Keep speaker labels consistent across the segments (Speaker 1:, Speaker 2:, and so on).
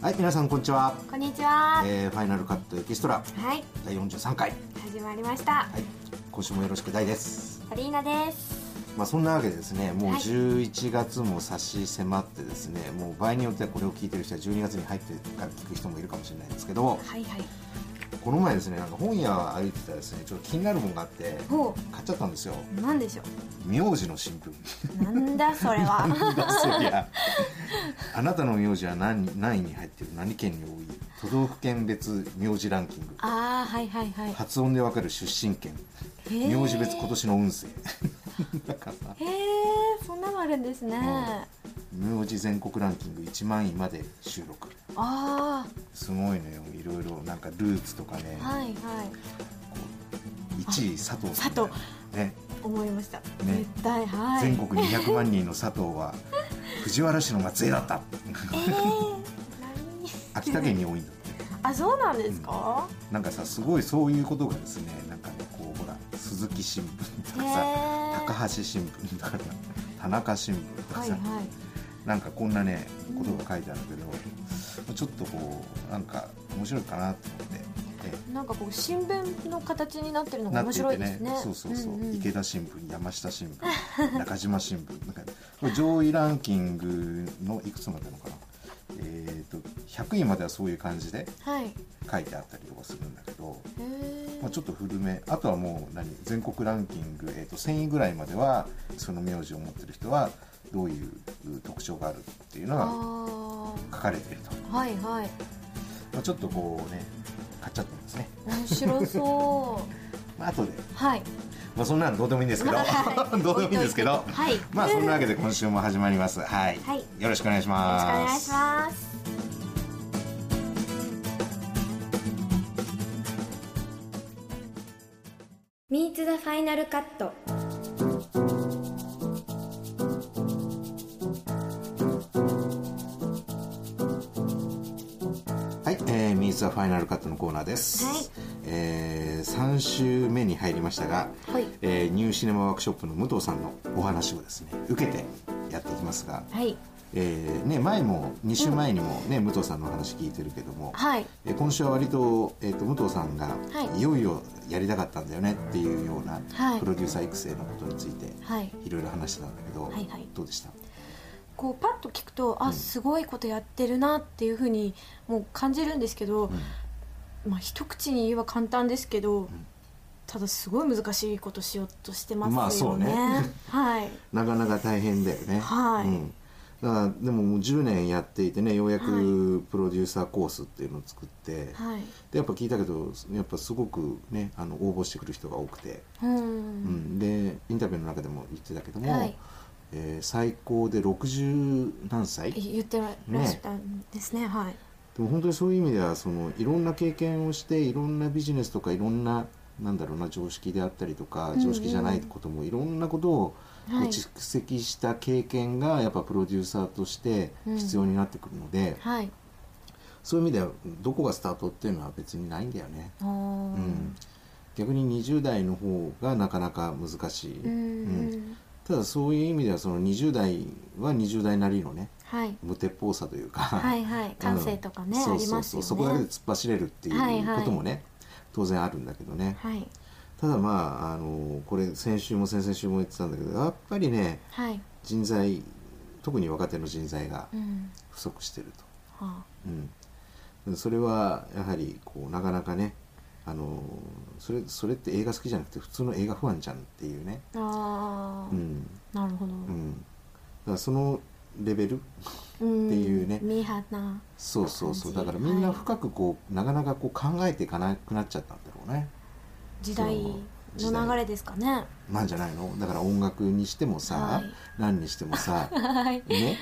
Speaker 1: はい、皆さんこんにちは。
Speaker 2: こんにちは。
Speaker 1: えー、ファイナルカットエキストラ
Speaker 2: はい、
Speaker 1: 第43回。は
Speaker 2: 始まりました。
Speaker 1: い、今週もよろしく大です。
Speaker 2: アリーナです。
Speaker 1: まあそんなわけでですね、もう
Speaker 2: はい
Speaker 1: 11月も差し迫ってですね、もう場合によってはこれを聞いてる人は12月に入ってから聞く人もいるかもしれないんですけど、
Speaker 2: はいはい。
Speaker 1: この前ですね、なんか本屋歩いてたらですね、ちょっと気になるもんがあって、
Speaker 2: ほ
Speaker 1: 買っちゃったんですよ。
Speaker 2: う、なんでしょ
Speaker 1: 名字の 新聞。
Speaker 2: う。なんだそれは。
Speaker 1: なんだそりゃあなたの名字は何何位に入ってる何県に多い都道府県別名字ランキング
Speaker 2: ああ、はいはいはい。
Speaker 1: 発音でわかる出身県
Speaker 2: へー
Speaker 1: 名字別今年の 運勢だからさ
Speaker 2: へえ、そんなのあるんですね。あ
Speaker 1: 名字全国ランキング1万位まで収録
Speaker 2: あ
Speaker 1: すごいのよいろいろなんかルーツとかね、
Speaker 2: ー、はいはい。
Speaker 1: 1位佐藤さんだよ
Speaker 2: 佐
Speaker 1: ね
Speaker 2: 思いました。
Speaker 1: ね
Speaker 2: 絶対はい。
Speaker 1: 全国200万人の佐藤は藤原氏の末裔だった
Speaker 2: え ー、何
Speaker 1: 秋田県に多いんだって
Speaker 2: あ、そうなんですか。
Speaker 1: なんかさすごいそういうことがですねなんかねこうほら鈴木新聞とか
Speaker 2: へー
Speaker 1: さ高橋新聞とかさ田中新聞とか
Speaker 2: はい
Speaker 1: さ、
Speaker 2: はい。
Speaker 1: なんかこんなね
Speaker 2: うん
Speaker 1: ことが書いてあるんだけど、ちょっとこうなんか面白いかなと思って。ええ
Speaker 2: なんかこう新聞の形になってるのが
Speaker 1: なっ
Speaker 2: 面
Speaker 1: てい
Speaker 2: 白
Speaker 1: て
Speaker 2: いで
Speaker 1: ね
Speaker 2: すね。
Speaker 1: そうそうそう、
Speaker 2: んん
Speaker 1: 池田新聞山下新聞中島新聞なんかこれ上位ランキングのいくつまでなのかなえっ、と100位まではそういう感じで
Speaker 2: はい。へ
Speaker 1: 書いてあったりとかするんだけど、
Speaker 2: え
Speaker 1: まあ、。ちょっと古めあとはもう何全国ランキング、えー、と1000位ぐらいまではその名字を持ってる人はどういうう特徴があるっていうのが
Speaker 2: あ
Speaker 1: 書かれていると、
Speaker 2: あ、はいはい。
Speaker 1: まあ、ちょっとこうね買っちゃったんですね、
Speaker 2: 面白そう。
Speaker 1: まあ後で、
Speaker 2: はい。
Speaker 1: まあ、そんなのどうでもいいんですけど どうでもいいんですけど
Speaker 2: はい。
Speaker 1: まあそんなわけで今週も始まりますはい、
Speaker 2: はい
Speaker 1: よろしくお願いし
Speaker 2: よろしくお
Speaker 1: ま
Speaker 2: 願い
Speaker 1: す
Speaker 2: します。
Speaker 3: Meet the Final Cut
Speaker 1: はい、えー、ミーツはファイナルカットのコーナーです。
Speaker 2: はい
Speaker 1: えー、3週目に入りましたが、
Speaker 2: はい
Speaker 1: えーニューシネマワークショップの武藤さんのお話をですね、受けてやっていきますが、
Speaker 2: はい。
Speaker 1: えー、ね、前も、2週前にもね、武藤さんのお話聞いてるけども、
Speaker 2: はい。
Speaker 1: えー今週は割と,、えー、と武藤さんが、
Speaker 2: はい
Speaker 1: い、よいよやりたかったんだよねっていうような、
Speaker 2: はい
Speaker 1: プロデューサー育成のことについて、
Speaker 2: はい。
Speaker 1: いろいろ話してたんだけど、
Speaker 2: はいはい
Speaker 1: どうでした
Speaker 2: こうパッと聞くと、あ、すごいことやってるなっていうふうにもう感じるんですけど、まあ一口に言えば簡単ですけど、ただすごい難しいことしようとしてますよね。
Speaker 1: まあそうね
Speaker 2: はい。
Speaker 1: なかなか大変だよね。
Speaker 2: はい
Speaker 1: うんだからでももう10年やっていてねようやくプロデューサーコースっていうのを作って、
Speaker 2: はい。
Speaker 1: でやっぱ聞いたけどやっぱすごくねあの応募してくる人が多くて、
Speaker 2: う
Speaker 1: うん
Speaker 2: ん。
Speaker 1: でインタビューの中でも言ってたけども、
Speaker 2: はい
Speaker 1: えー最高で60何歳で
Speaker 2: 言ってらっしゃったんですね。はい。
Speaker 1: も本当にそういう意味ではそのいろんな経験をしていろんなビジネスとかいろんななんだろうな常識であったりとか常識じゃないこともいろんなことをこう
Speaker 2: はい
Speaker 1: 蓄積した経験がやっぱプロデューサーとして必要になってくるので、
Speaker 2: はい。
Speaker 1: そういう意味ではどこがスタートっていうのは別にないんだよね。
Speaker 2: あー
Speaker 1: うん、逆に20代の方がなかなか難しい、
Speaker 2: う
Speaker 1: うん
Speaker 2: ん。
Speaker 1: ただそういう意味ではその20代は20代なりのね
Speaker 2: はい。
Speaker 1: 無鉄砲さというか、
Speaker 2: はいはい感性とかね
Speaker 1: そう
Speaker 2: あります
Speaker 1: そ
Speaker 2: よ
Speaker 1: うそ
Speaker 2: ね
Speaker 1: うそこだけで突っ走れるってい
Speaker 2: はいは
Speaker 1: う
Speaker 2: い
Speaker 1: こともね、当然あるんだけどね、
Speaker 2: はい。
Speaker 1: ただまああのこれ先週も先々週も言ってたんだけどやっぱりね
Speaker 2: はい。
Speaker 1: 人材特に若手の人材が
Speaker 2: うん。
Speaker 1: 不足してると、
Speaker 2: はあ。
Speaker 1: うん、それはやはりこうなかなかねあのそれそれって映画好きじゃなくて普通の映画ファンじゃんっていうね、
Speaker 2: ああ、
Speaker 1: うん
Speaker 2: なるほど、
Speaker 1: う、
Speaker 2: うん
Speaker 1: だからそのレベル
Speaker 2: ん
Speaker 1: っていうね
Speaker 2: ミーハーな
Speaker 1: そうそうそうだ
Speaker 2: 感
Speaker 1: か
Speaker 2: じ
Speaker 1: らみんな
Speaker 2: はい
Speaker 1: 深くこう、なかなかこう考えていかなくなっちゃったんだろうね
Speaker 2: 時代
Speaker 1: そう
Speaker 2: の流れですかね
Speaker 1: なんじゃないのだから音楽にしてもさ、
Speaker 2: はい
Speaker 1: 何にして もさ
Speaker 2: はい
Speaker 1: ね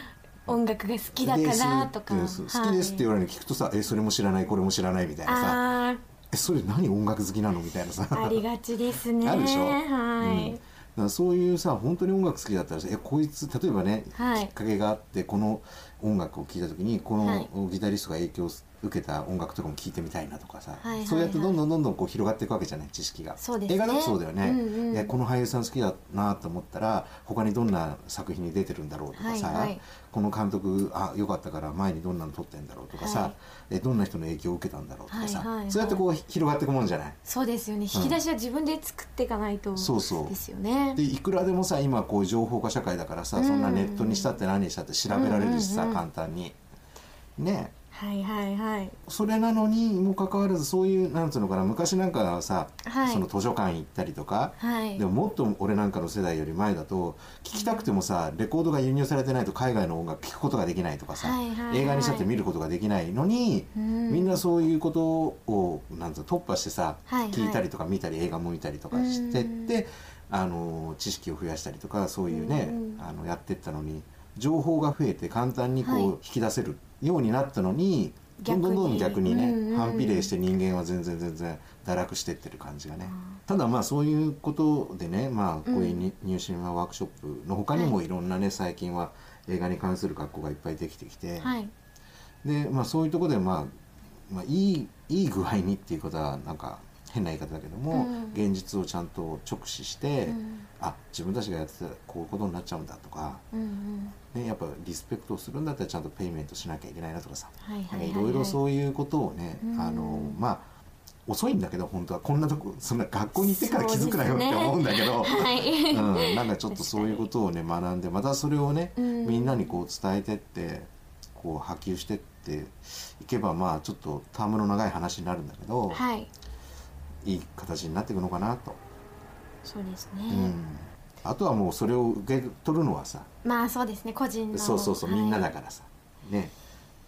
Speaker 2: 音楽が好きだからとか
Speaker 1: ですってそう好きですって言
Speaker 2: わ
Speaker 1: われるの聞くとさ、えそれも知らないこれも知らないみたいなさ
Speaker 2: あ
Speaker 1: えそれ何音楽好きなのみたいなさ
Speaker 2: ーありがちですね
Speaker 1: あるでしょ、
Speaker 2: はい、
Speaker 1: うんだからそういうさ本当に音楽好きだったらさえこいつ例えばね、
Speaker 2: はい
Speaker 1: きっかけがあってこの音楽を聴いた時にこ
Speaker 2: はい
Speaker 1: のギタリストが影響受けた音楽とかも聴いてみたいなとかさ、
Speaker 2: はいはいはい
Speaker 1: そうやってどんどんどんどんこう広がっていくわけじゃない知識が
Speaker 2: そうですね
Speaker 1: 映画でもそうだよね、
Speaker 2: うんうん
Speaker 1: でこの俳優さん好きだなと思ったら他にどんな作品に出てるんだろうとかさ、
Speaker 2: はいはい
Speaker 1: この監督あ良かったから前にどんなの撮ってんだろうとかさ、
Speaker 2: は
Speaker 1: でどんな人の影響を受けたんだろうとかさ、
Speaker 2: はいはいはい
Speaker 1: そうやってこう広がっていくもんじゃない。
Speaker 2: そうですよね引き出しは自分で作っていかないと、
Speaker 1: そうそう
Speaker 2: ですよね
Speaker 1: でいくらでもさ今こう情報化社会だからさ、
Speaker 2: うん
Speaker 1: そんなネットにしたって何にしたって調べられるしさ、
Speaker 2: うんうんうん
Speaker 1: 簡単にね
Speaker 2: はいはいはい
Speaker 1: それなのにもかかわらずそういうなんつうのかな昔なんかはさ、
Speaker 2: はい
Speaker 1: その図書館行ったりとか、
Speaker 2: はい
Speaker 1: でももっと俺なんかの世代より前だと聞きたくてもさレコードが輸入されてないと海外の音楽聞くことができないとかさ、
Speaker 2: はいはいはい
Speaker 1: 映画にしたって見ることができないのに、
Speaker 2: うん
Speaker 1: みんなそういうことをなんつうの突破してさ、
Speaker 2: はいはい
Speaker 1: 聞いたりとか見たり映画も見たりとかしてっ
Speaker 2: うん
Speaker 1: て、あの知識を増やしたりとかそういうね、
Speaker 2: うん
Speaker 1: あのやってったのに情報が増えて簡単にこう
Speaker 2: はい
Speaker 1: 引き出せるようになったのに。どんどんどんどん逆
Speaker 2: 逆
Speaker 1: に
Speaker 2: に
Speaker 1: ね、
Speaker 2: うんうん
Speaker 1: 反比例して人間は全然全然堕落してってる感じがね、
Speaker 2: あ
Speaker 1: ただまあそういうことでね、まあ、こういう
Speaker 2: うん
Speaker 1: に入試のワークショップの他にもいろんなね、最近は映画に関する学校がいっぱいできてきて、
Speaker 2: はい
Speaker 1: で、まあ、そういうところで、まあまあ、いいいい具合にっていうことはなんか変な言い方だけども、
Speaker 2: うん
Speaker 1: 現実をちゃんと直視して、
Speaker 2: うん
Speaker 1: あ自分たちがやってたらこういうことになっちゃうんだとか、
Speaker 2: うんうん
Speaker 1: ね、やっぱリスペクトをするんだったらちゃんとペイメントしなきゃいけないなとかさ、
Speaker 2: はいはい
Speaker 1: な
Speaker 2: は
Speaker 1: んか
Speaker 2: い
Speaker 1: いろいろそういうことをね、
Speaker 2: うん
Speaker 1: あのまあ遅いんだけど本当はこんなとこそんな学校に行ってから気づくなよって思うんだけど、
Speaker 2: はい
Speaker 1: うん、なんかちょっとそういうこ とをね学んでまたそれをね、
Speaker 2: うん
Speaker 1: みんなにこう伝えてってこう波及してっていけばまあちょっとタームの長い話になるんだけど、
Speaker 2: はい
Speaker 1: い、い形になっていくのかなと、
Speaker 2: そうです
Speaker 1: う
Speaker 2: ね、
Speaker 1: ん、あとはもうそれを受け取るのはさ
Speaker 2: まあそうですね個人の
Speaker 1: そうそうそう、
Speaker 2: はい
Speaker 1: みんなだからさね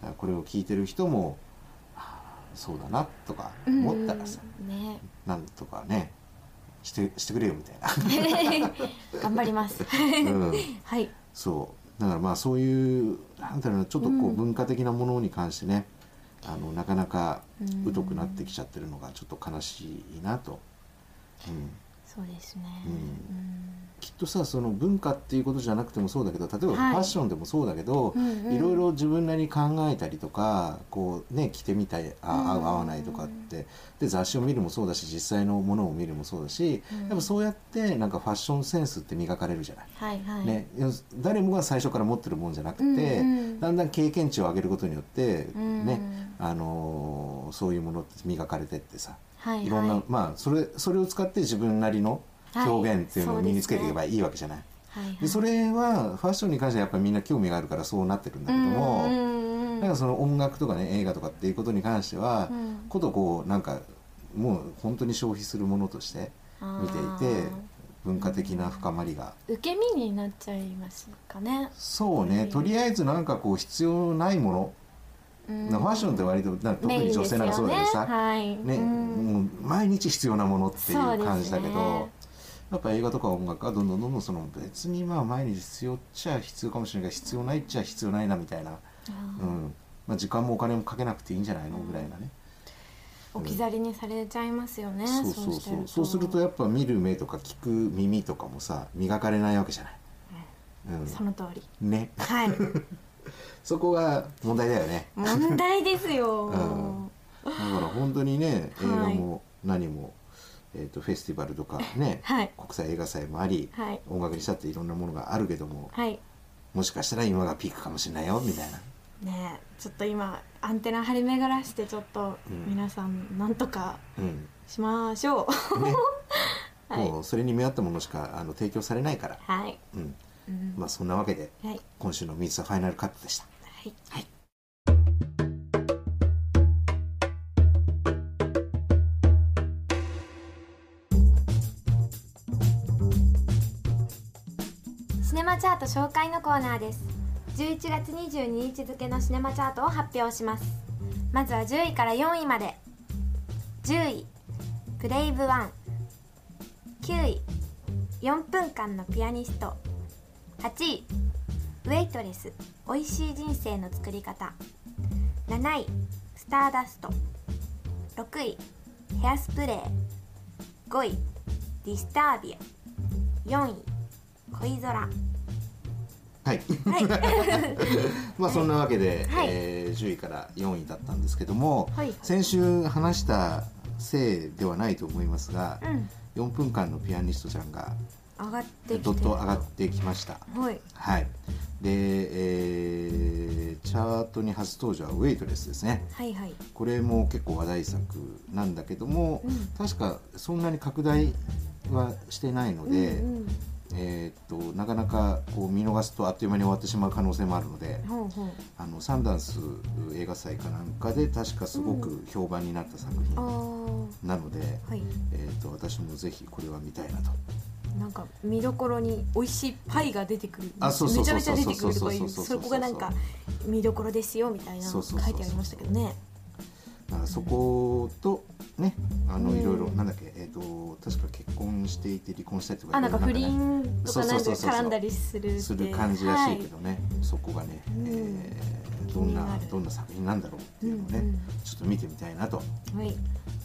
Speaker 1: だからこれを聞いてる人もあーそうだなとか思ったらさ、
Speaker 2: うんね
Speaker 1: なんとかねしてしてくれよみたいな。
Speaker 2: 頑張ります、
Speaker 1: うん
Speaker 2: はい
Speaker 1: そうだからまあそういうなんだろうなちょっとこ
Speaker 2: う
Speaker 1: うん文化的なものに関してね、あのなかなか
Speaker 2: うん
Speaker 1: 疎くなってきちゃってるのがちょっと悲しいなと、うん、
Speaker 2: そうですね、
Speaker 1: うん
Speaker 2: うん
Speaker 1: きっとさその文化っていうことじゃなくてもそうだけど例えばフ
Speaker 2: はい
Speaker 1: ァッションでもそうだけど、
Speaker 2: うんうん
Speaker 1: いろいろ自分なりに考えたりとかこうね着てみたいあ合う
Speaker 2: うん
Speaker 1: 合わないとかってで雑誌を見るもそうだし実際のものを見るもそうだし、
Speaker 2: うん
Speaker 1: やっぱそうやってなんかファッションセンスって磨かれるじゃない。
Speaker 2: はいはい、
Speaker 1: ね、要す誰もが最初から持ってるもんじゃなくて、
Speaker 2: うんうん
Speaker 1: だんだん経験値を上げることによって、
Speaker 2: うん
Speaker 1: ねあのーそういうものって磨かれてってさ
Speaker 2: はいはい
Speaker 1: いろんな、まあそれそれを使って自分なりの表現っていうのを身につけていけばいいわけじゃない。
Speaker 2: はいはい
Speaker 1: でそれはファッションに関してはやっぱりみんな興味があるからそうなってるんだけども、
Speaker 2: うんうんうん
Speaker 1: なんかその音楽とかね映画とかっていうことに関しては、
Speaker 2: うん
Speaker 1: ことこうなんかもう本当に消費するものとして見ていて
Speaker 2: あー
Speaker 1: 文化的な深まりが
Speaker 2: 受け身になっちゃいますかね、
Speaker 1: そうね、
Speaker 2: うん
Speaker 1: とりあえずなんかこう必要ないも
Speaker 2: う
Speaker 1: の、
Speaker 2: ん
Speaker 1: ファッションって割となんか特
Speaker 2: メイン
Speaker 1: に女性なんかそうだけどさ、
Speaker 2: です
Speaker 1: ね
Speaker 2: よはいうん
Speaker 1: もう毎日必要なものっていう感じだ
Speaker 2: そうです
Speaker 1: けど、
Speaker 2: ね
Speaker 1: やっぱ映画とか音楽はどんどんどんどんその別にまあ毎日必要っちゃ必要かもしれないけど必要ないっちゃ必要ないなみたいな、う
Speaker 2: あ
Speaker 1: んまあ、時間もお金もかけなくていいんじゃないのぐらいなね。
Speaker 2: ー置き去りにされちゃいますよね、
Speaker 1: そうそう
Speaker 2: して
Speaker 1: そ
Speaker 2: る
Speaker 1: う
Speaker 2: と
Speaker 1: そうするとやっぱ見る目とか聞く耳とかもさ磨かれないわけじゃない、
Speaker 2: その通り
Speaker 1: うん、ね
Speaker 2: はい
Speaker 1: そこが問題だよね
Speaker 2: 問題ですよ、
Speaker 1: うんだから本当にね映
Speaker 2: はい
Speaker 1: 画も何も、えー、とフェスティバルとかね、
Speaker 2: はい
Speaker 1: 国際映画祭もあり、
Speaker 2: はい
Speaker 1: 音楽にしたっていろんなものがあるけども
Speaker 2: はい
Speaker 1: もしかしたら今がピークかもしれないよみたいな
Speaker 2: ねえちょっと今アンテナ張り巡らしてちょっと
Speaker 1: うん
Speaker 2: 皆さんなんとか
Speaker 1: うん
Speaker 2: しましょう、
Speaker 1: ね、
Speaker 2: はい
Speaker 1: もうそれに見合ったものしかあの提供されないから、
Speaker 2: はい、
Speaker 1: うん
Speaker 2: うん
Speaker 1: まあ、そんなわけで
Speaker 2: はい
Speaker 1: 今週の「ミーツ・ザ・ファイナルカット」でした。
Speaker 2: はい
Speaker 1: はい
Speaker 3: シネマチャート紹介のコーナーです11月22日付のシネマチャートを発表しますまずは10位から4位まで10位ブレイブワン9位4分間のピアニスト8位ウェイトレス美味しい人生の作り方7位スターダスト6位ヘアスプレー5位ディスタービア4位恋空
Speaker 1: はい、 まあそんなわけで、えー10位から4位だったんですけども、
Speaker 2: はい
Speaker 1: 先週話したせいではないと思いますが、
Speaker 2: うん
Speaker 1: 4分間のピアニストちゃんが
Speaker 2: 上がってきて
Speaker 1: どっと上がってきました
Speaker 2: はい
Speaker 1: はいで、えーチャートに初登場は「ウェイトレス」ですね
Speaker 2: はいはい
Speaker 1: これも結構話題作なんだけども、
Speaker 2: うん
Speaker 1: 確かそんなに拡大はしてないので、
Speaker 2: うんうん
Speaker 1: えーっとなかなかこう見逃すとあっという間に終わってしまう可能性もあるので、
Speaker 2: ほうほう
Speaker 1: あのサンダンス映画祭かなんかで確かすごく評判になった作
Speaker 2: あ
Speaker 1: 品
Speaker 2: あ
Speaker 1: なので、
Speaker 2: はい
Speaker 1: えー、と私もぜひこれは見たいなと。
Speaker 2: なんか見どころに美味しいパイが出てくる
Speaker 1: あそうそう
Speaker 2: めち
Speaker 1: そ
Speaker 2: ゃ
Speaker 1: う
Speaker 2: めち
Speaker 1: そ
Speaker 2: ゃ出てく
Speaker 1: う
Speaker 2: るとかい
Speaker 1: そううそうそ
Speaker 2: そ
Speaker 1: う
Speaker 2: こがなんか見どころですよみたいな
Speaker 1: そ
Speaker 2: 書
Speaker 1: うそうそうそう
Speaker 2: いてありましたけどね
Speaker 1: だからそことねあの
Speaker 2: うん
Speaker 1: いろいろなんだっけ、えー、と確か結婚していて離婚したりとか
Speaker 2: あなんか不
Speaker 1: いろいろね
Speaker 2: 倫とかなんか
Speaker 1: そうそうそうそう
Speaker 2: 絡んだりするって
Speaker 1: する感じらしいけ
Speaker 2: は
Speaker 1: どね、そこがね、
Speaker 2: うん
Speaker 1: えー
Speaker 2: 気
Speaker 1: どん
Speaker 2: になる
Speaker 1: などんな作品なんだろうっていうのをね、
Speaker 2: うんうん
Speaker 1: ちょっと見てみたいなと
Speaker 2: いはい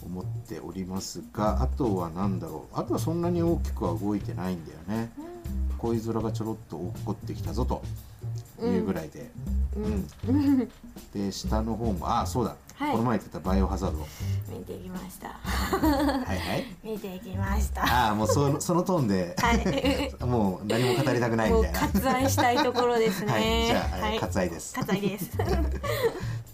Speaker 1: 思っておりますがあとは何だろうあとはそんなに大きくは動いてないんだよね恋空がちょろっと落っこってきたぞというぐらいで、
Speaker 2: う
Speaker 1: うんん で下の方もあそうだ、
Speaker 2: はい
Speaker 1: この前言ってた「バイオハザー ド」
Speaker 2: 見ていきました
Speaker 1: はいはい
Speaker 2: 見ていきましたは
Speaker 1: ああもうそのそのトーンで
Speaker 2: い
Speaker 1: もう何も語りたくない
Speaker 2: も
Speaker 1: み
Speaker 2: う
Speaker 1: たいな
Speaker 2: 割愛したいところですね
Speaker 1: はいじゃあ、
Speaker 2: はい
Speaker 1: 割愛です
Speaker 2: 割愛 です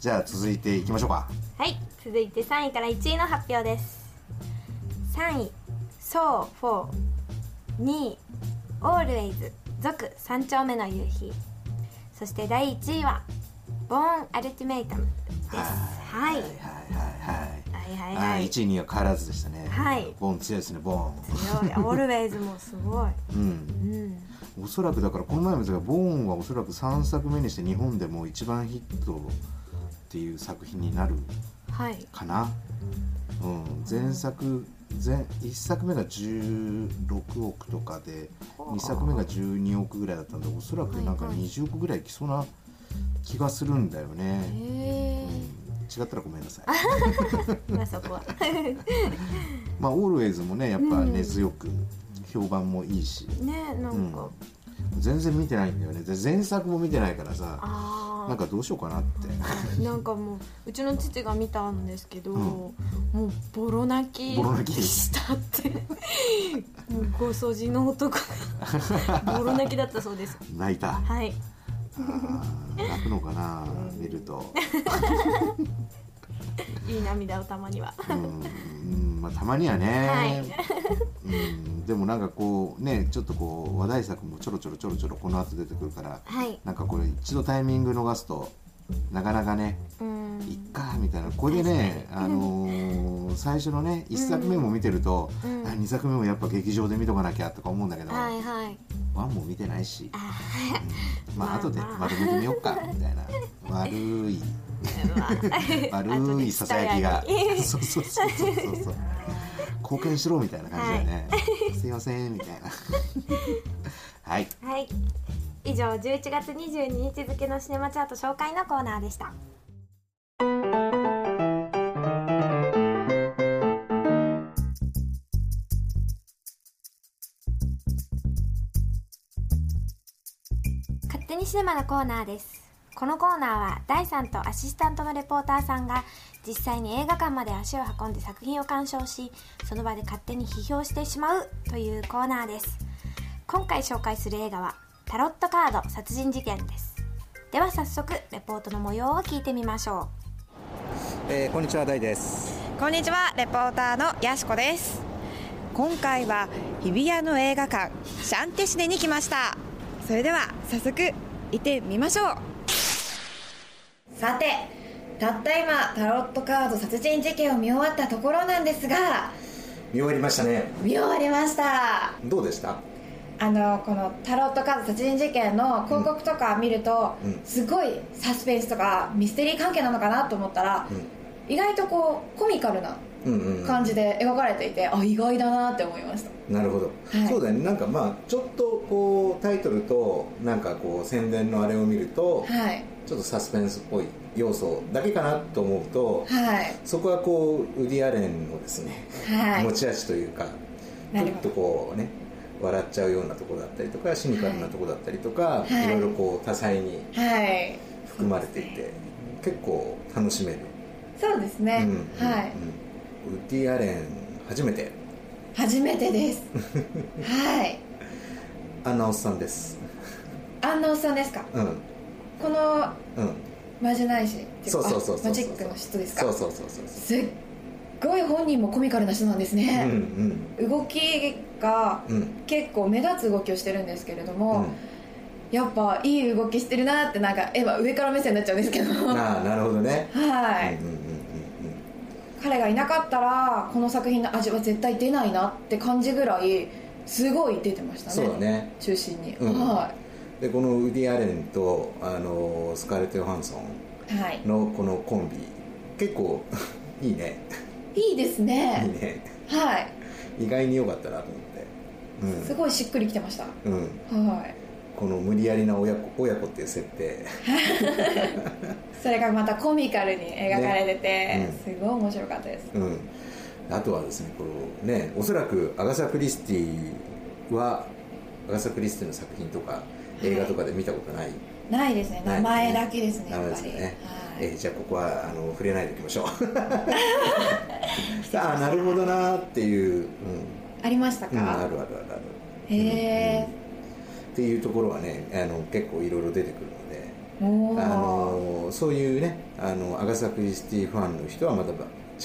Speaker 1: じゃあ続いていきましょうか
Speaker 3: はい続いて3位から1位の発表です3位ソー4 2位オールエイズ続3丁目の夕日そして第1位はボーンアルティメイタムですはい
Speaker 1: はいはい
Speaker 3: はいは
Speaker 1: はいい
Speaker 3: は
Speaker 1: はいい1位には変わらずでしたね、
Speaker 3: はい
Speaker 1: ボーン強いですねボーン
Speaker 3: 強いオールウェイズもすごい、
Speaker 1: うん
Speaker 3: うん、
Speaker 1: おそらくだからこの前も言ったけどボーンはおそらく3作目にして日本でも一番ヒットっていう作品になる
Speaker 2: はい
Speaker 1: かな、うん、前作前1作目が16億とかで2作目が12億ぐらいだったんでおそらくなんか
Speaker 2: はいはい
Speaker 1: 20億ぐらいいきそうな気がするんだよ
Speaker 2: へ
Speaker 1: ね、
Speaker 2: え
Speaker 1: うん、違ったらごめんなさい
Speaker 3: 今そ こは
Speaker 1: まあオールウェイズもねやっぱ
Speaker 2: うん
Speaker 1: 根強く評判もいいし、
Speaker 3: ねな
Speaker 1: うんん
Speaker 3: か、
Speaker 1: 全然見てないんだよねで前作も見てないからさ
Speaker 2: あ
Speaker 1: な
Speaker 2: あ
Speaker 1: んかどうしようかなって
Speaker 2: なんかもううちの父が見たんですけど、
Speaker 1: うん
Speaker 2: もうボロ泣き
Speaker 1: ボロ泣き
Speaker 2: したってもうご掃除の男 がボロ泣きだったそうです
Speaker 1: 泣いた
Speaker 2: はい
Speaker 1: あー泣くのかな見ると、
Speaker 2: いい涙をたまには
Speaker 1: うんうんまあ、たまにはね、
Speaker 3: はい
Speaker 1: うん、でもなんかこうねちょっとこう話題作もちょろちょろちょろちょろこの後出てくるから
Speaker 3: はい
Speaker 1: なんかこれ一度タイミング逃すとなかなかね
Speaker 3: うん
Speaker 1: いっかみたいなこれでね、あのー最初のね1作目も見てると、
Speaker 3: うん
Speaker 1: あ2作目もやっぱ劇場で見とかなきゃとか思うんだけど、
Speaker 3: はいはい
Speaker 1: ワンも見てないし、
Speaker 3: あ
Speaker 1: うんま
Speaker 3: まあ
Speaker 1: あ後で
Speaker 3: まあ
Speaker 1: 丸めてみようかみたいな悪い悪いささ やきがそうそうそうそうそうそう貢献しろみたいな感じだよね、すいませんみたいなはい
Speaker 3: はい以上11月22日付のシネマチャート紹介のコーナーでした勝手にシネマのコーナーですこのコーナーは第3とアシスタントのレポーターさんが実際に映画館まで足を運んで作品を鑑賞しその場で勝手に批評してしまうというコーナーです今回紹介する映画はタロットカード殺人事件ですでは早速レポートの模様を聞いてみましょ
Speaker 1: えーこんにちは大です
Speaker 4: こんにちはレポーターのやしこです今回は日比谷の映画館シャンテシネに来ましたそれでは早速行ってみましょうさてたった今タロットカード殺人事件を見終わったところなんですが
Speaker 1: 見終わりましたね
Speaker 4: 見終わりました
Speaker 1: どうでした
Speaker 4: あのこのタロットカード殺人事件の広告とか見ると、
Speaker 1: うん
Speaker 4: すごいサスペンスとかミステリー関係なのかなと思ったら、意外とこうコミカルな
Speaker 1: うんうん
Speaker 4: 感じで描かれていて、あ意外だなって思いました
Speaker 1: なるほど、
Speaker 4: はい
Speaker 1: そうだよねなんかまあちょっとこうタイトルとなんかこう宣伝のあれを見ると、
Speaker 4: はい
Speaker 1: ちょっとサスペンスっぽい要素だけかなと思うと、
Speaker 4: はい
Speaker 1: そこはこうウディ・アレンのですね、
Speaker 4: はい
Speaker 1: 持ち味というかち
Speaker 4: な
Speaker 1: ょ
Speaker 4: る
Speaker 1: っ
Speaker 4: ほど
Speaker 1: とこうね笑っちゃうようなところだったりとかシニカルなところだったりとか、
Speaker 4: はい
Speaker 1: い、ろいろこう多彩に
Speaker 4: はい
Speaker 1: 含まれていて、結構楽しめる、
Speaker 4: そうです
Speaker 1: うん
Speaker 4: ね、
Speaker 1: うん
Speaker 4: はい
Speaker 1: うんウッディ・アレン初めて
Speaker 4: 初めてですはい
Speaker 1: アナウンさんです
Speaker 4: 安納さんですか
Speaker 1: うん
Speaker 4: この
Speaker 1: うん
Speaker 4: まじないしってい
Speaker 1: そうそうそうそう
Speaker 4: あマジックの人ですか
Speaker 1: そうそうそうそうそ
Speaker 4: すっごい本人もコミカルな人なんです
Speaker 1: うう
Speaker 4: ね、
Speaker 1: ん
Speaker 4: 動きが
Speaker 1: うんうん
Speaker 4: 結構目立つ動きをしてるんですけれど
Speaker 1: う
Speaker 4: も、
Speaker 1: ん
Speaker 4: やっぱいい動きしてるなってなんかえまあ上から目線になっちゃうんですけどは
Speaker 1: ああなるほどね
Speaker 4: い、
Speaker 1: うんうんうんうん
Speaker 4: 彼がいなかったらこの作品の味は絶対出ないなって感じぐらいすごい出てましたね
Speaker 1: そうだね
Speaker 4: 中心に、
Speaker 1: うん
Speaker 4: は
Speaker 1: でこのウディ・アレンとあのスカーレット・ヨハンソ
Speaker 4: い、はい
Speaker 1: ン、のこのコンビ結構 いいね
Speaker 4: いいです
Speaker 1: いい
Speaker 4: ね
Speaker 1: ね
Speaker 4: はい、
Speaker 1: 意外に良かったなと思っ
Speaker 4: す
Speaker 1: て
Speaker 4: ごいしっくりきてました
Speaker 1: うん、うん、
Speaker 4: はい
Speaker 1: この無理やりな親子親子っていう設定
Speaker 4: それがまたコミカルに描かれてて、
Speaker 1: ね
Speaker 4: すごい面白かったです
Speaker 1: うんあとはですねこのねおそらくアガサ・クリスティはアガサ・クリスティの作品とか映画とかで見たことない、
Speaker 4: ないですね
Speaker 1: な
Speaker 4: 名
Speaker 1: いですね
Speaker 4: 前だけですね
Speaker 1: 名
Speaker 4: や
Speaker 1: 前
Speaker 4: っ
Speaker 1: で
Speaker 4: ぱ
Speaker 1: す
Speaker 4: り、
Speaker 1: よね
Speaker 4: はい
Speaker 1: えーじゃあここはあの触れないでおきま しょうああなるほどなーっていう、
Speaker 4: ありました
Speaker 1: うんうん、あ
Speaker 4: か、
Speaker 1: るあるあるある
Speaker 4: へえ
Speaker 1: っていうところはねあの結構いろいろ出てくるので
Speaker 4: おお
Speaker 1: あのそういうねあのアガサ・クリスティファンの人はまた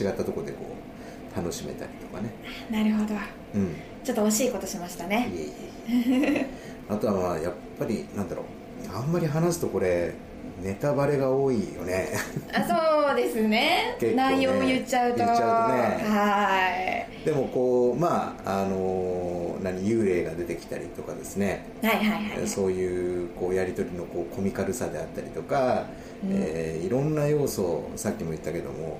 Speaker 1: 違ったところでこう楽しめたりとかね、
Speaker 4: なるほど
Speaker 1: うん、い
Speaker 4: ちょっと惜しいことしました
Speaker 1: え
Speaker 4: ね
Speaker 1: いえいえあとはまあやっぱりなんだろうあんまり話すとこれネタバレが多いよね
Speaker 4: あそうですね
Speaker 1: 結構ね
Speaker 4: 内容を言っちゃうと
Speaker 1: 言っちゃうとね
Speaker 4: は
Speaker 1: でもこうまああの何幽霊が出てきたりとかですね
Speaker 4: ーいはいはいはい
Speaker 1: そういうこうやり取りのこうコミカルさであったりとか、
Speaker 4: うん
Speaker 1: えーいろんな要素さっきも言ったけども、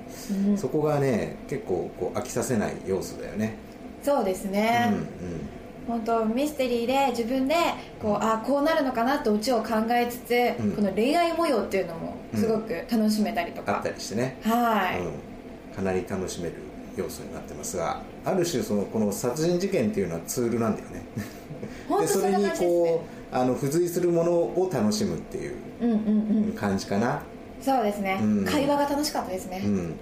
Speaker 4: うん
Speaker 1: そこがね結構こう飽きさせない要素だよね、
Speaker 4: そうです
Speaker 1: う
Speaker 4: ね
Speaker 1: ん、
Speaker 4: 本当ミステリーで自分でこうあこうなるのかなとうちを考えつつ、
Speaker 1: うん
Speaker 4: この恋愛模様っていうのもすごく楽しめたりと
Speaker 1: うん、あ
Speaker 4: か
Speaker 1: っ、たりしてね、
Speaker 4: はい、
Speaker 1: うん、かなり楽しめる要素になってますがある種そのこの殺人事件っていうのはツールなんだよね
Speaker 4: 本
Speaker 1: で
Speaker 4: 当そ
Speaker 1: そ
Speaker 4: んな
Speaker 1: れ
Speaker 4: 感
Speaker 1: に
Speaker 4: じですね
Speaker 1: こうあの付随するものを楽しむっていう
Speaker 4: うんうんうん
Speaker 1: 感じかな、
Speaker 4: そうですね、
Speaker 1: うん
Speaker 4: 会話が楽しかったですね、
Speaker 1: うん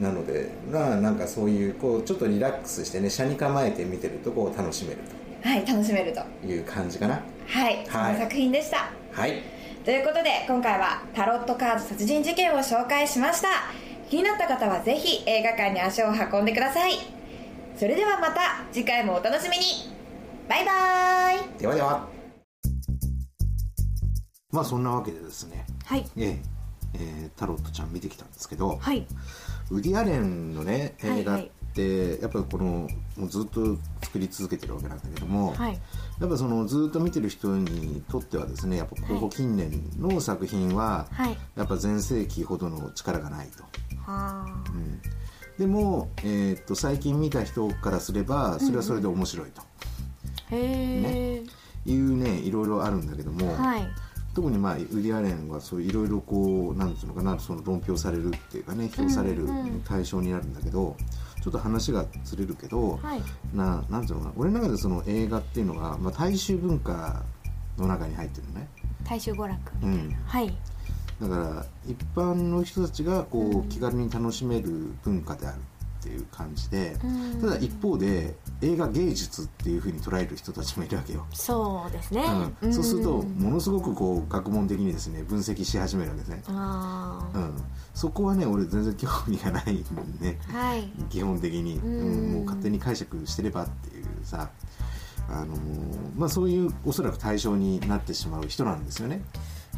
Speaker 1: なのでまあなんかそういうこうちょっとリラックスしてね車に構えて見てるとこう楽しめる
Speaker 4: はい、はい、楽しめると
Speaker 1: という感じかな
Speaker 4: はい、その作品でした
Speaker 1: はい
Speaker 4: ということで今回はタロットカード殺人事件を紹介しました気になった方はぜひ映画館に足を運んでくださいそれではまた次回もお楽しみにバイバーイ
Speaker 1: ではではまあそんなわけでですね
Speaker 2: はい
Speaker 1: えええータロットちゃん見てきたんですけど、
Speaker 2: はい
Speaker 1: ウディ・アレンのね
Speaker 2: はいはい
Speaker 1: 映画ってやっぱりこのもうずっと作り続けてるわけなんだけども、
Speaker 2: はい
Speaker 1: やっぱそのずっと見てる人にとってはですねやっぱこ
Speaker 2: は
Speaker 1: こ
Speaker 2: い
Speaker 1: 近年の作品は、
Speaker 2: はい
Speaker 1: やっぱ全盛期ほどの力がないと。
Speaker 2: は
Speaker 1: うんでも、えーっと最近見た人からすればそれはそれで面白いと
Speaker 2: あへえ
Speaker 1: いうねいろいろあるんだけども、
Speaker 2: はい
Speaker 1: 特に、まあ、ウディ・アレンはそういろいろこうなんていうのかなその論評されるっていうかね評される
Speaker 2: うんうん
Speaker 1: 対象になるんだけど、ちょっと話がずれるけど、
Speaker 2: はい
Speaker 1: ななんていうのかな俺の中でその映画っていうのが、まあ、大衆文化の中に入ってるのね、
Speaker 2: 大衆娯楽
Speaker 1: うん、
Speaker 2: はい
Speaker 1: だから一般の人たちがこう、気軽に楽しめる文化であるっていう感じで、
Speaker 2: うん
Speaker 1: ただ一方で映画芸術っていうふうに捉える人たちもいるわけよ、
Speaker 2: そうですね
Speaker 1: うんそうすると
Speaker 2: ん
Speaker 1: ものすごくこう学問的にですね分析し始めるわけですね、
Speaker 2: あ
Speaker 1: う
Speaker 2: あ
Speaker 1: ん、そこはね俺全然興味がないんでね
Speaker 2: はい
Speaker 1: 基本的に、
Speaker 2: ん
Speaker 1: うんもう勝手に解釈してればっていうさあのーまあ、そういうおそらく対象になってしまう人なんですよね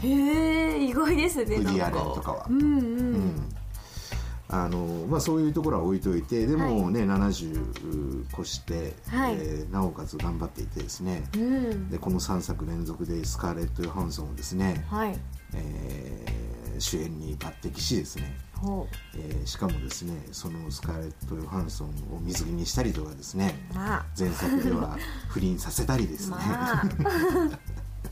Speaker 2: へえ意外ですね
Speaker 1: ウディ・
Speaker 2: な
Speaker 1: ア
Speaker 2: ん
Speaker 1: レン
Speaker 2: か
Speaker 1: とかは
Speaker 2: う。んうん、
Speaker 1: あのまあ、そういうところは置いといてでもね、70越して、
Speaker 2: はい
Speaker 1: えーなおかつ頑張っていてですね
Speaker 2: うん
Speaker 1: でこの3作連続でスカーレット・ヨハンソンをですね、
Speaker 2: はい
Speaker 1: えー主演に抜擢しですね、
Speaker 2: ほ
Speaker 1: えーしかもですねそのスカーレット・ヨハンソンを水着にしたりとかですね
Speaker 2: うまあ
Speaker 1: 前作では不倫させたりですね、
Speaker 2: まあ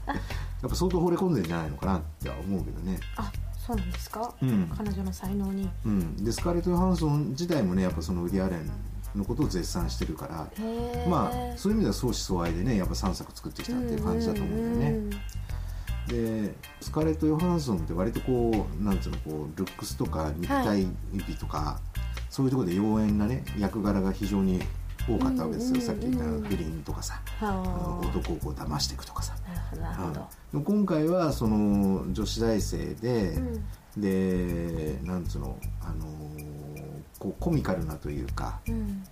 Speaker 1: やっぱ相当惚れ込んでるんじゃないのかなっては思うけどね。
Speaker 2: あそうなんですか、
Speaker 1: うん
Speaker 2: 彼女の才能に
Speaker 1: うん、でスカーレット・ヨハンソン自体もねやっぱそのウディ・アレンのことを絶賛してるから、
Speaker 2: へー
Speaker 1: まあそういう意味では相思相愛でねやっぱ3作作ってきたっていう感じだと思うんだよね。
Speaker 2: ん
Speaker 1: でスカーレット・ヨハンソンって割とこうなんつうのこうルックスとか肉体美とか、そういうところで妖艶なね役柄が非常に多かったわけですよ、
Speaker 2: うんうんうん
Speaker 1: さっき言った不倫とかさあの
Speaker 2: は
Speaker 1: 男をこう騙していくとかさ。
Speaker 2: あなるほどなるほど
Speaker 1: うんで今回はその女子大生で、でなんつうの、あのーこうコミカルなというか、
Speaker 2: うん
Speaker 1: うん、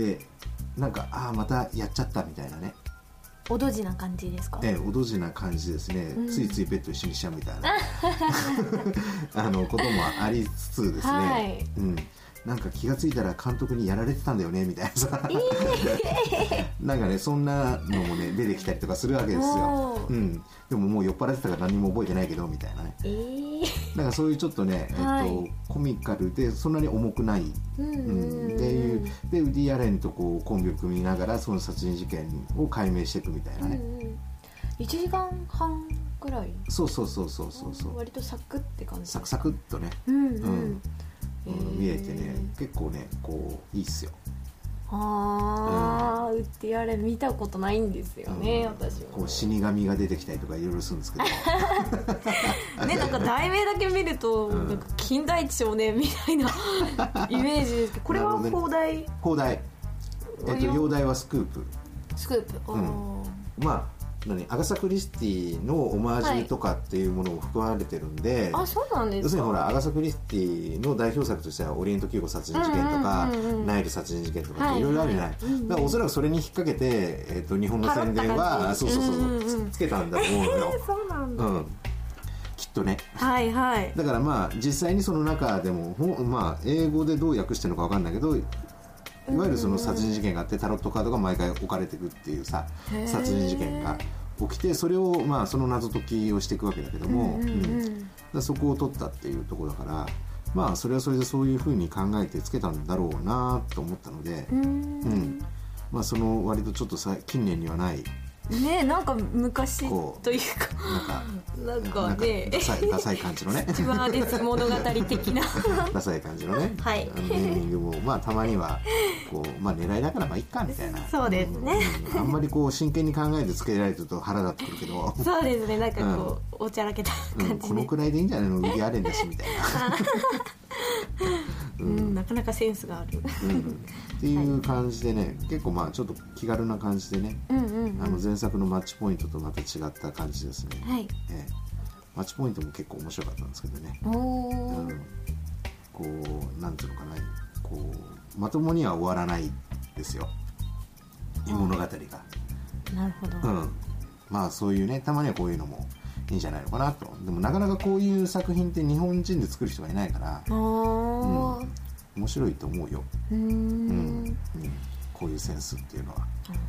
Speaker 1: でなんかああまたやっちゃったみたいなね
Speaker 2: おどじな感じですか
Speaker 1: ええおどじな感じですね、
Speaker 2: うん
Speaker 1: ついついベッド一緒にしちゃうみた いなあのこともありつつですね、
Speaker 2: はい
Speaker 1: うん、なんか気がついたら監督にやられてたんだよねみたいなさ、なんかねそんなのもね出てきたりとかするわけです
Speaker 2: お
Speaker 1: よ
Speaker 2: ー、
Speaker 1: うん、でももう酔っ払ってたから何も覚えてないけどみたいなね
Speaker 2: えー
Speaker 1: なんかそういうちょっとね、えっと
Speaker 2: はい
Speaker 1: コミカルでそんなに重くない、
Speaker 2: うん
Speaker 1: う
Speaker 2: うん
Speaker 1: ん、っていうでウディ・アレンとこうコンビを組みながらその殺人事件を解明していくみたいなね、
Speaker 2: うんうん一時間半ぐらい
Speaker 1: そうそうそうそうそうそう
Speaker 2: 割とサクって感じ
Speaker 1: サクサクっとね、
Speaker 2: うん
Speaker 1: う
Speaker 2: うんん
Speaker 1: うん見えてね結構ねこういいっすよ、
Speaker 2: ああ、うってやれ見たことないんですよね、
Speaker 1: うん
Speaker 2: 私も
Speaker 1: こう死神が出てきたりとかいろいろするんですけど
Speaker 2: ねなんか題名だけ見ると、
Speaker 1: うん
Speaker 2: なんか近代一少年みたいなイメージですけどこれは
Speaker 1: なるほ
Speaker 2: 放題
Speaker 1: 放題、えっと、
Speaker 2: およ
Speaker 1: 容題はスクープ
Speaker 2: スクープ、
Speaker 1: うん
Speaker 2: おー
Speaker 1: まあ何アガサ・クリスティのオマージュとかっていうものも含まれてるんで、
Speaker 2: あそうなんで
Speaker 1: 要
Speaker 2: す
Speaker 1: する
Speaker 2: か
Speaker 1: にほらアガサ・クリスティの代表作としては「オリエント急行殺人事件」とか
Speaker 2: うんうんうんう
Speaker 1: 「
Speaker 2: ん
Speaker 1: ナイル殺人事件」とかっ
Speaker 2: は
Speaker 1: て
Speaker 2: い
Speaker 1: いろいろあるじゃない、
Speaker 2: うんうん
Speaker 1: だからおそらくそれに引っ掛けて、えっと日本の宣伝
Speaker 2: 払った
Speaker 1: は
Speaker 2: 感じ
Speaker 1: そうそうそう,、
Speaker 2: うんうんうん
Speaker 1: つつけたんだと思うのよ、
Speaker 2: そうなんだ、
Speaker 1: うん、きっとね
Speaker 2: はいはい
Speaker 1: だからまあ実際にその中でもほん、まあ、英語でどう訳してるのかわかんないけどいわゆるその殺人事件があってタロットカードが毎回置かれてくっていうさ
Speaker 2: へー
Speaker 1: 殺人事件が起きてそれをまあその謎解きをしていくわけだけども、
Speaker 2: うんうんうん
Speaker 1: だからそこを取ったっていうところだからまあそれはそれでそういうふうに考えてつけたんだろうなと思ったので、
Speaker 2: うー
Speaker 1: うん
Speaker 2: ん
Speaker 1: まあ、その割とちょっとさ近年にはない
Speaker 2: ねなんか昔
Speaker 1: こう
Speaker 2: という
Speaker 1: な
Speaker 2: かな
Speaker 1: んか
Speaker 2: ん
Speaker 1: な
Speaker 2: か
Speaker 1: んか
Speaker 2: ね
Speaker 1: ダサいダサい感じのね。
Speaker 2: チワーデス物語的 な
Speaker 1: ダサい感じのね、
Speaker 2: はい
Speaker 1: あのネーミングもまあたまにはこう、まあ、狙いだからまあいっかみたいな
Speaker 2: そうですね
Speaker 1: うんあんまりこう真剣に考えてつけられると腹立ってくるけど、
Speaker 2: そうですねなんかこう、おちゃらけた
Speaker 1: うん
Speaker 2: 感じ
Speaker 1: こ
Speaker 2: で、
Speaker 1: のくらいでいいんじゃないのウィリアレンだしみたい な、
Speaker 2: うんなかなかセンスがある
Speaker 1: うんっていう感じでね結構まあちょっと気軽な感じでね、
Speaker 2: うんうん
Speaker 1: あの前作のマッチポイントとまた違った感じですね、
Speaker 2: はい
Speaker 1: ええマッチポイントも結構面白かったんですけどね、
Speaker 2: お
Speaker 1: う
Speaker 2: お、
Speaker 1: ん、こうなんていうのかなこうまともには終わらないですよ物語が、
Speaker 2: なるほど、
Speaker 1: うん、まあそういうねたまにはこういうのもいいんじゃないのかなとでもなかなかこういう作品って日本人で作る人がいないから
Speaker 2: ああ
Speaker 1: 面白いと思うよ、
Speaker 2: うーん
Speaker 1: うん
Speaker 2: なる
Speaker 1: うんこういうセンスっていうのは、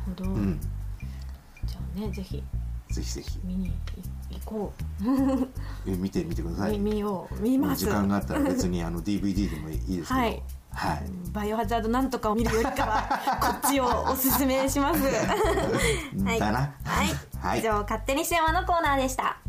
Speaker 2: ほど、
Speaker 1: うん、
Speaker 2: じゃあねぜひ
Speaker 1: ぜひぜひ
Speaker 2: 見に行こ
Speaker 1: え見てみてくだ
Speaker 2: う、
Speaker 1: さい
Speaker 2: み見よう見
Speaker 1: も
Speaker 2: ま
Speaker 1: う時
Speaker 2: す
Speaker 1: 間があったら別にあの DVD でもいいですけどは
Speaker 2: はいい、バイオハザードなんとかを見るよりか はこっちをおすすめし ます
Speaker 3: はい
Speaker 1: だな
Speaker 3: はい、
Speaker 1: はい
Speaker 3: 以上勝手にシネマのコーナーでした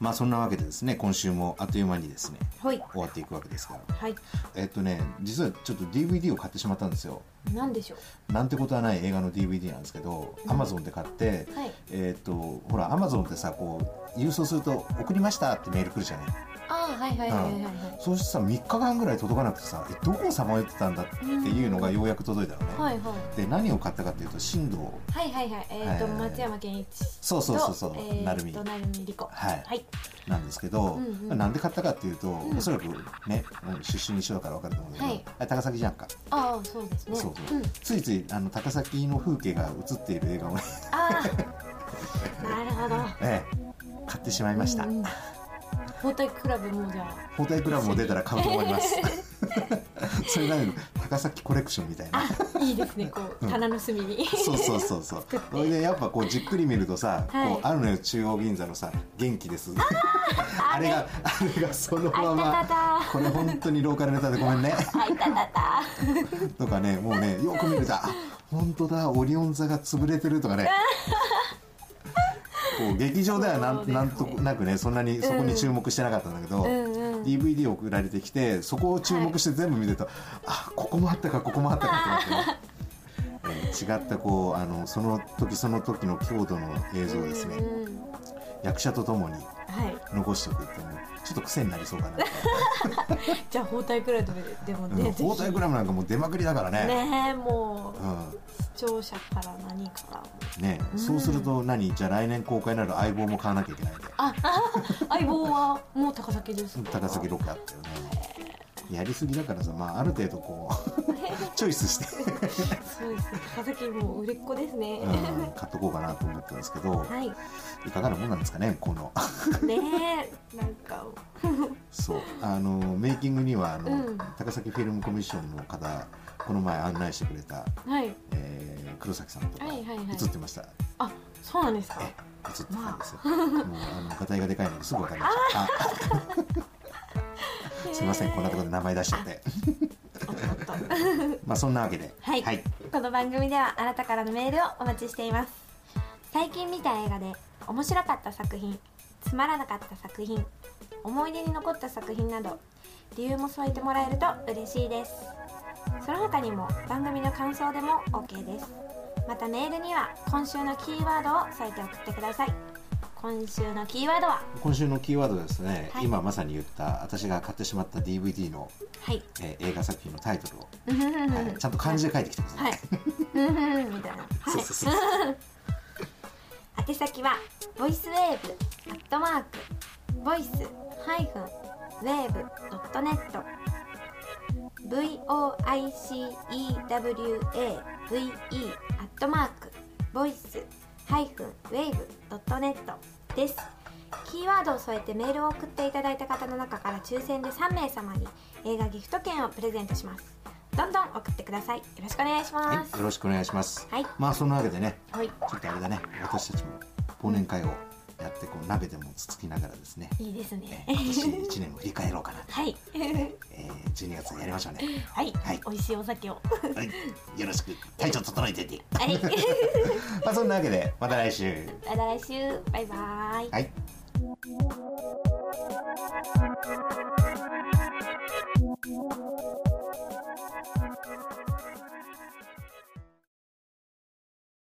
Speaker 1: まあそんなわけでですね今週もあっという間にですね
Speaker 2: はい
Speaker 1: 終わっていくわけですが
Speaker 2: はい
Speaker 1: えっとね実はちょっと DVD を買ってしまったんですよ
Speaker 2: 何でしょ
Speaker 1: なんてことはない映画の DVD なんですけど Amazon で買って、
Speaker 2: はい
Speaker 1: えっとほら Amazon ってさこう郵送すると「送りました」ってメール来るじゃない、
Speaker 2: うああはいはいはいはいはい
Speaker 1: そうしてさ3日間ぐらい届かなくてさえどこをさまよってたんだっていうのがようやく届いたのね、
Speaker 2: はいは
Speaker 1: で何を買ったかっていうと新藤
Speaker 2: いはいはいはいえっ、と、
Speaker 1: えー
Speaker 2: 松山ケンイチと
Speaker 1: そうそうそうそう
Speaker 2: えー、
Speaker 1: なるみ
Speaker 2: となるみりこ
Speaker 1: はい
Speaker 2: はい、
Speaker 1: なんですけど、
Speaker 2: うんうん
Speaker 1: まあなんで買ったかっていうと、
Speaker 2: ん
Speaker 1: おそらくねもう出身一緒だから分かると思うんだけど、
Speaker 2: はい
Speaker 1: あれ高崎じゃんか、
Speaker 2: ああそうですね
Speaker 1: そうそう、
Speaker 2: ん、
Speaker 1: ついついあの高崎の風景が映っている映画をね、
Speaker 2: あ あなるほど
Speaker 1: ええ 買ってしまいました、
Speaker 2: うんうん包帯クラブもじゃあ
Speaker 1: 包帯クラブも出たら買うと思います。それがね高崎コレクションみ たいな
Speaker 5: いいですねこう棚の隅に
Speaker 1: そうそうそうそうそれでやっぱこうじっくり見るとさ、
Speaker 5: はい
Speaker 1: こうあるのよ中央銀座のさ「元気です」 あれがあれがそのま
Speaker 2: あいたた
Speaker 1: ま
Speaker 2: た
Speaker 1: これ本当にローカルネタでごめんね
Speaker 2: あいたたた
Speaker 1: とかねもうねよく見ると「あ本当だオリオン座が潰れてる」とかねこう劇場ではなん,、なんとなくねそんなにそこに注目してなかったんだけど、
Speaker 5: うんうん
Speaker 1: DVD 送られてきてそこを注目して全部見てると、あここもあったかここもあったかってなってね、えー違ったこうあのその時その時の強度の映像をですね、
Speaker 5: うん
Speaker 1: 役者とともに
Speaker 5: はい
Speaker 1: 残しておくっていうのちょっと癖になりそうかな
Speaker 5: じゃあ包帯クラブでも
Speaker 1: うん
Speaker 5: ねぜひ
Speaker 1: 包帯グラムなんかもう出まくりだからね
Speaker 5: ねえも
Speaker 1: う
Speaker 5: うん視聴者から何からも
Speaker 1: ねそうすると何じゃあ来年公開になる相棒も買わなきゃいけないんだよ
Speaker 5: 相棒はもう高崎ですか
Speaker 1: 高崎ロッカーっていうねやりすぎだからさ、まあ、ある程度こう チョイスし て、
Speaker 5: そうですね高崎もう売れっ子ですね、
Speaker 1: うん、買っとこうかなと思ったんですけど、
Speaker 5: はい
Speaker 1: いかがなもんなんですかねこの
Speaker 5: ねえなんか
Speaker 1: そうあのメイキングにはあの、
Speaker 5: うん
Speaker 1: 高崎フィルムコミッションの方この前案内してくれた、
Speaker 5: はい
Speaker 1: えー黒崎さんとか、
Speaker 5: はいはいはい
Speaker 1: 映ってました映
Speaker 5: あそうなんですか
Speaker 1: ってたんですよ、もうあのガタイがでかいのですぐ分かりましたあすいませんこんなところで名前出しちゃって まあそんなわけで
Speaker 2: はい
Speaker 1: はい
Speaker 2: この番組ではあなたからのメールをお待ちしています最近見た映画で面白かった作品つまらなかった作品思い出に残った作品など理由も添えてもらえると嬉しいですその他にも番組の感想でも OK ですまたメールには今週のキーワードを添えて送ってください今週のキーワードは
Speaker 1: 今週のキーワードはですね、
Speaker 2: はい
Speaker 1: 今まさに言った私が買ってしまった DVD の、
Speaker 2: はい
Speaker 1: えー映画作品のタイトルを、
Speaker 2: うんうんうん
Speaker 1: はいちゃんと漢字で書いてきてください、
Speaker 2: はいうん うんうんみたいな
Speaker 1: そうそうそう
Speaker 2: 宛先はボイスウェーブアットマークボイスハイフンウェーブドットネット VOICEWAVE アットマークボイスハイフンウェーブドットネットですキーワードを添えてメールを送っていただいた方の中から抽選で3名様に映画ギフト券をプレゼントしますどんどん送ってくださいよろしくお願いし
Speaker 1: はい、
Speaker 2: ます
Speaker 1: よろしくお願いします。
Speaker 2: はい
Speaker 1: まあそんなわけでね、
Speaker 2: はい
Speaker 1: ちょっとあれだね、私たちも忘年会をやってこう鍋でもつつきながらですね、
Speaker 2: いいです
Speaker 1: え
Speaker 2: ね
Speaker 1: ー 今年一年を振り返ろうかな。
Speaker 5: はい
Speaker 1: えー、12月やりましょうね。
Speaker 5: はい、
Speaker 1: はい
Speaker 5: 美味しいお酒を
Speaker 1: はい、よろしく体調整えてて。
Speaker 2: はい
Speaker 1: まあそんなわけでまた来週。
Speaker 2: また来週バイバイ
Speaker 1: はい。